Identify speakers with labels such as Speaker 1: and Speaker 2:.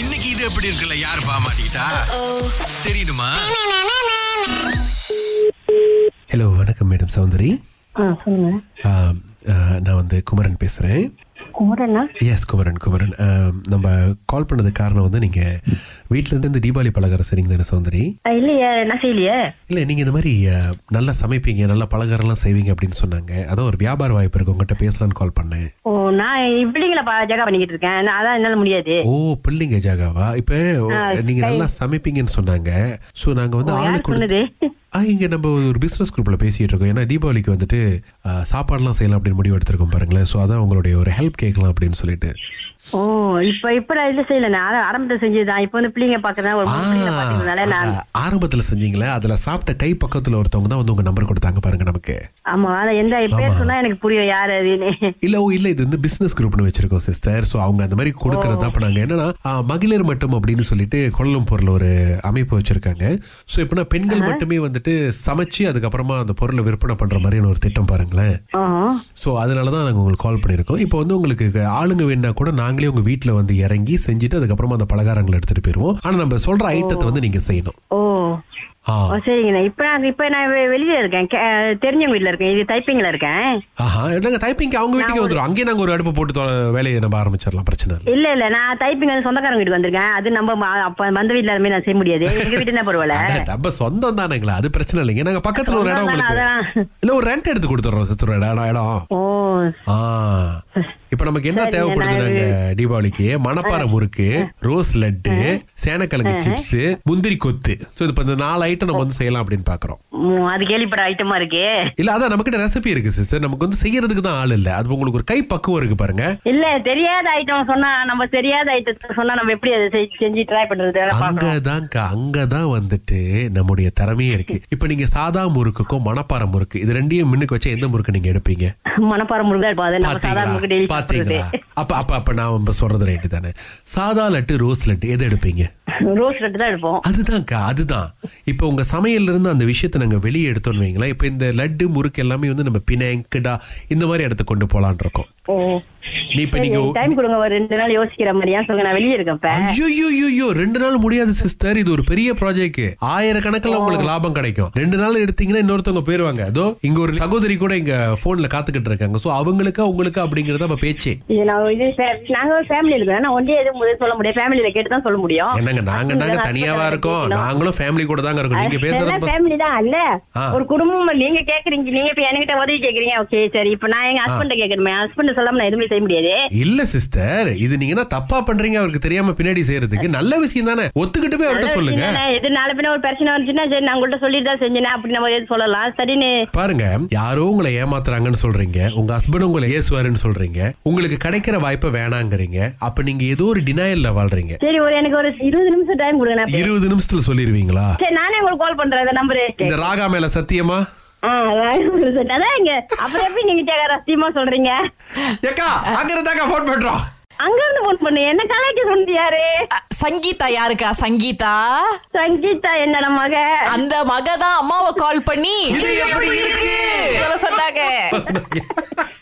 Speaker 1: இன்னைக்கு இது எப்படி இருக்குல்ல யார் பாமாட்டா தெரியுமா
Speaker 2: ஹலோ வணக்கம் மேடம் சௌந்தரி
Speaker 3: ஆ சொல்லுங்க
Speaker 2: ஆ, ஆ, நான் வந்து குமரன் பேசுகிறேன்
Speaker 3: குமரண்ணா
Speaker 2: எஸ் குமரன் குமரன் ஆ, நம்ம கால் பண்ணது காரணம் வந்து நீங்கள் வீட்டிலேருந்து இந்த தீபாவளி பலகாரம் செய்றீங்க தானே சௌந்தரி
Speaker 3: ஆ, இல்லையே நான் செய்யலையே
Speaker 2: இல்லை நீங்கள் இந்த மாதிரி ஆ, நல்லா சமைப்பீங்க நல்லா பலகாரம்லாம் செய்வீங்க அப்படின்னு சொன்னாங்க அதான் ஒரு வியாபார வாய்ப்பு இருக்கு உங்கள்கிட்ட பேசலான்னு கால் பண்ணேன்
Speaker 3: ஓ நான் பிள்ளைங்கள பா ஜகா பண்ணிக்கிட்டு இருக்கேன் நான் அதான் என்னால முடியாது
Speaker 2: ஓ பிள்ளைங்க ஜாகாவா இப்போ நீங்கள் நல்லா சமைப்பீங்கன்னு சொன்னாங்க ஸோ நாங்கள் வந்து ஆளு
Speaker 3: யார்
Speaker 2: கொடு
Speaker 3: சொன்னது
Speaker 2: ஆ இங்கே நம்ம ஒரு பிஸ்னஸ் குரூப்பில் பேசிகிட்டு இருக்கோம் ஏன்னா தீபாவளிக்கு வந்துட்டு ஆ, சாப்பாடுலாம் செய்யலாம் அப்படின்னு முடிவு எடுத்திருக்கோம் பாருங்களேன் ஸோ அதான் உங்களுடைய ஒரு ஹெல்ப் கேட்கலாம் அப்படின்னு சொல்லிட்டு
Speaker 3: ஓ இப்ப இப்ப நான் இதுல செய்யல நான் அதான் ஆரம்பத்துல செஞ்சதுதான் இப்ப வந்து பிள்ளைங்க பாக்குறேன் ஒரு
Speaker 2: ஆ,
Speaker 3: மூணு பிள்ளைங்க பாக்குறதுனால நான்
Speaker 2: அ- ஆரம்பத்துல செஞ்சீங்களே அதுல சாப்பிட்ட கை பக்கத்துல ஒருத்தவங்க தான் வந்து உங்க நம்பர் கொடுத்தாங்க பாருங்க நமக்கு
Speaker 3: ஆமா அதான் எந்த பேர் சொன்னா எனக்கு புரியும் யார் அதுன்னு
Speaker 2: இல்ல ஓ இல்ல இது வந்து பிசினஸ் குரூப்னு வச்சிருக்கோம் சிஸ்டர் சோ அவங்க அந்த மாதிரி கொடுக்கறது தான் இப்ப நாங்க என்னன்னா ஆ, மகளிர் மட்டும் அப்படின்னு சொல்லிட்டு கோலம்பூர்ல ஒரு அமைப்பு வச்சிருக்காங்க சோ இப்பனா பெண்கள் மட்டுமே வந்துட்டு சமைச்சு அதுக்கப்புறமா அந்த பொருளை விற்பனை பண்ற மாதிரியான ஒரு திட்டம் பாருங்களேன்
Speaker 3: ஆஹா.
Speaker 2: ஸோ அதனால தான் நாங்கள் உங்களுக்கு கால் பண்ணியிருக்கோம் இப்போ வந்து உங்களுக்கு ஆளுங்க வேணும்னா கூட நாங்களே உங்கள் வீட்டில் வந்து இறங்கி செஞ்சுட்டு அதுக்கப்புறமா அந்த பலகாரங்களை எடுத்துகிட்டு போயிடுவோம் ஆனால் நம்ம சொல்கிற ஐட்டத்தை வந்து நீங்கள் செய்யணும்
Speaker 3: ஓ
Speaker 2: ஆ
Speaker 3: ஓ, சரிங்கண்ணா இப்ப நான் இப்ப நான் வெ- வெளியில இருக்கேன் கே- தெரிஞ்சவங்க வீட்டுல இருக்கேன் இது டைப்பிங்ல இருக்கேன்
Speaker 2: ஆஹா நாங்க டைப்பிங்க்கு அவங்க வீட்டுக்கே வந்துரும் அங்கேயே நாங்க ஒரு அடுப்பு போட்டு தொ- வேலையை நம்ம ஆரம்பிச்சிடலாம் பிரச்சனை இல்லை
Speaker 3: இல்ல இல்ல நான் டைப்பிங் வந்து சொந்தக்காரங்க வீட்டுக்கு வந்திருக்கேன் அது நம்ம ம- அப்ப வந்த வீட்டுல அதுமே நான் செய்ய முடியாது எங்க வீட்டுனா பரவாயில்ல
Speaker 2: அட, நம்ம சொந்தம் தானேங்களா அது பிரச்சனை இல்லைங்க நாங்க பக்கத்துல ஒரு இடம்
Speaker 3: சொந்தம் தானே,
Speaker 2: உங்களுக்கு
Speaker 3: அதான்.
Speaker 2: இல்ல ஒரு ரெண்ட் எடுத்து கொடுத்துறோம் சிஸ்டர் இடம் இடம்
Speaker 3: ஓ
Speaker 2: ஆ இப்ப நமக்கு என்ன தேவைப்படுது நாங்க தீபாவளிக்கு மணப்பாறை முறுக்கு ரோஸ் லட்டு சேனக்கிழங்கு சிப்ஸ் முந்திரி கொத்து சோ இது இப்ப இந்த நாலு ஐட்டம் நம்ம வந்து செய்யலாம் அப்படின்னு பாக்குறோம்
Speaker 3: ம், அது கேள்விப்பட ஐட்டமா இருக்கே
Speaker 2: இல்ல அதான் நமக்கிட்ட ரெசிபி இருக்கு சிஸ்டர் நமக்கு வந்து செய்யறதுக்கு தான் ஆள் இல்ல அது உங்களுக்கு ஒரு கை பக்குவம் இருக்கு பாருங்க
Speaker 3: இல்ல தெரியாத ஐட்டம் சொன்னா நம்ம தெரியாத ஐட்டத்தை சொன்னா நம்ம எப்படி அதை செய்- செஞ்சு ட்ரை பண்றது அதெல்லாம் பாக்கணும்
Speaker 2: அங்கதான்க்கா அங்கதான் வந்துட்டு நம்முடைய திறமையே இருக்கு இப்ப நீங்க சாதா முறுக்குக்கும் மணப்பாறை முறுக்கு இது ரெண்டையும் மின்னுக்கு வச்சா எந்த முறுக்கு நீங்க எடுப்பீங்க
Speaker 3: மனப்பாறை முருகா இருப்போம் அதை நம்ம சாதாரண
Speaker 2: பாத்தீங்களா
Speaker 3: முருகு டெய்லி சாப்பிடுறது
Speaker 2: பாத்தீங்களா அப்ப அப்ப அப்ப நான் இப்ப சொல்றது ரைட்டு தானே சாதா லட்டு ரோஸ் லட்டு எது எடுப்பீங்க
Speaker 3: ரோஸ் ரெட்டு தான் எடுப்போம்
Speaker 2: அதுதான்க்கா அதுதான் இப்போ உங்க சமையல்ல இருந்து அந்த விஷயத்தை நாங்க வெளியே எடுத்தோம்னு வைங்களேன் இப்போ இந்த லட்டு முறுக்கு எல்லாமே வந்து நம்ம பினாங்கடா இந்த மாதிரி இடத்துக்கு கொண்டு போலான் இருக்கோம்
Speaker 3: ஓ
Speaker 2: நீ இப்ப நீங்க
Speaker 3: டைம் கொடுங்க ஒரு ரெண்டு நாள் யோசிக்கிற மாதிரியா சொல்லுங்க நான் வெளியே இருக்கேன் இப்ப
Speaker 2: ஐயோ ரெண்டு நாள் முடியாது சிஸ்டர் இது ஒரு பெரிய ப்ராஜெக்ட் ஆயிரக்கணக்கில் உங்களுக்கு லாபம் கிடைக்கும் ரெண்டு நாள் எடுத்தீங்கன்னா இன்னொருத்தவங்க போயிருவாங்க அதோ இங்க ஒரு சகோதரி கூட இங்க போன்ல காத்துக்கிட்டு இருக்காங்க சோ அவங்களுக்கு உங்களுக்கு அப்படிங்கறத நம்ம பேச்சே
Speaker 3: இது நான் இது fa- நாங்க ஒரு ஃபேமிலி இருக்கோம் நான் ஒன்றே எதுவும் முதல்ல சொல்ல முடியும் ஃபேமிலியில கேட்டு தான் சொல்ல முடியும்
Speaker 2: என்னங்க நாங்க நாங்க தனியாவா இருக்கோம் நாங்களும் ஃபேமிலி கூட தாங்க இருக்கோம் நீங்க பேசுறது
Speaker 3: ஃபேமிலி தான் இல்ல
Speaker 2: ஆ.
Speaker 3: ஒரு குடும்பம் நீங்க கேக்குறீங்க நீங்க இப்ப என்கிட்ட உதவி கேக்குறீங்க ஓகே சரி இப்ப நான் எங்க ஹஸ்பண்ட கேக்குறேன் ஹஸ்பண்ட் சொல்லாம நான் எதுவுமே செய்ய முடியாது
Speaker 2: இல்ல சிஸ்டர் இது நீங்க என்ன தப்பா பண்றீங்க அவருக்கு தெரியாம பின்னாடி செய்யறதுக்கு நல்ல விஷயம் தானே ஒத்துக்கிட்டு போய் அவர்கிட்ட சொல்லுங்க
Speaker 3: பிரச்சனை இல்ல. எது நாளை பின்ன ஒரு பிரச்சனை வந்துச்சுன்னா சரி நான் உங்கள்ட்ட சொல்லிட்டு தான் செஞ்சேன் அப்படி நம்ம எது சொல்லலாம் சரின்னு
Speaker 2: பாருங்க யாரோ உங்களை ஏமாத்துறாங்கன்னு சொல்றீங்க உங்க ஹஸ்பண்ட் உங்களை ஏசுவாருன்னு சொல்றீங்க உங்களுக்கு கிடைக்கிற வாய்ப்பை வேணாங்கிறீங்க அப்ப நீங்க ஏதோ ஒரு டினாயல்ல வாழ்றீங்க
Speaker 3: சரி ஒரு எனக்கு ஒரு இருபது நிமிஷம் டைம் கொடுங்க நான் பே-
Speaker 2: இருபது நிமிஷத்துல சொல்லிருவீங்களா
Speaker 3: சரி நானே உங்களுக்கு கால் பண்றேன் அந்த நம்பரு
Speaker 2: இந்த ராகா மேல சத்தியமா
Speaker 3: ஆ அதான் அதான் இங்க அப்புறம் எப்படி நீங்க கேக்க ரகசியமா சொல்றீங்க
Speaker 2: ஏக்கா அங்க இருந்தாக்கா போன் பண்றோம்
Speaker 3: அங்க இருந்து போன் பண்ணு என்ன கலாய்க்க சொன்னது யாரு
Speaker 4: சங்கீதா யாருக்கா சங்கீதா
Speaker 3: சங்கீதா என்னோட மக
Speaker 4: அந்த மக தான் அம்மாவை கால் பண்ணி
Speaker 2: இது எப்படி இருக்கு?
Speaker 4: சொல்ல சொன்னாங்க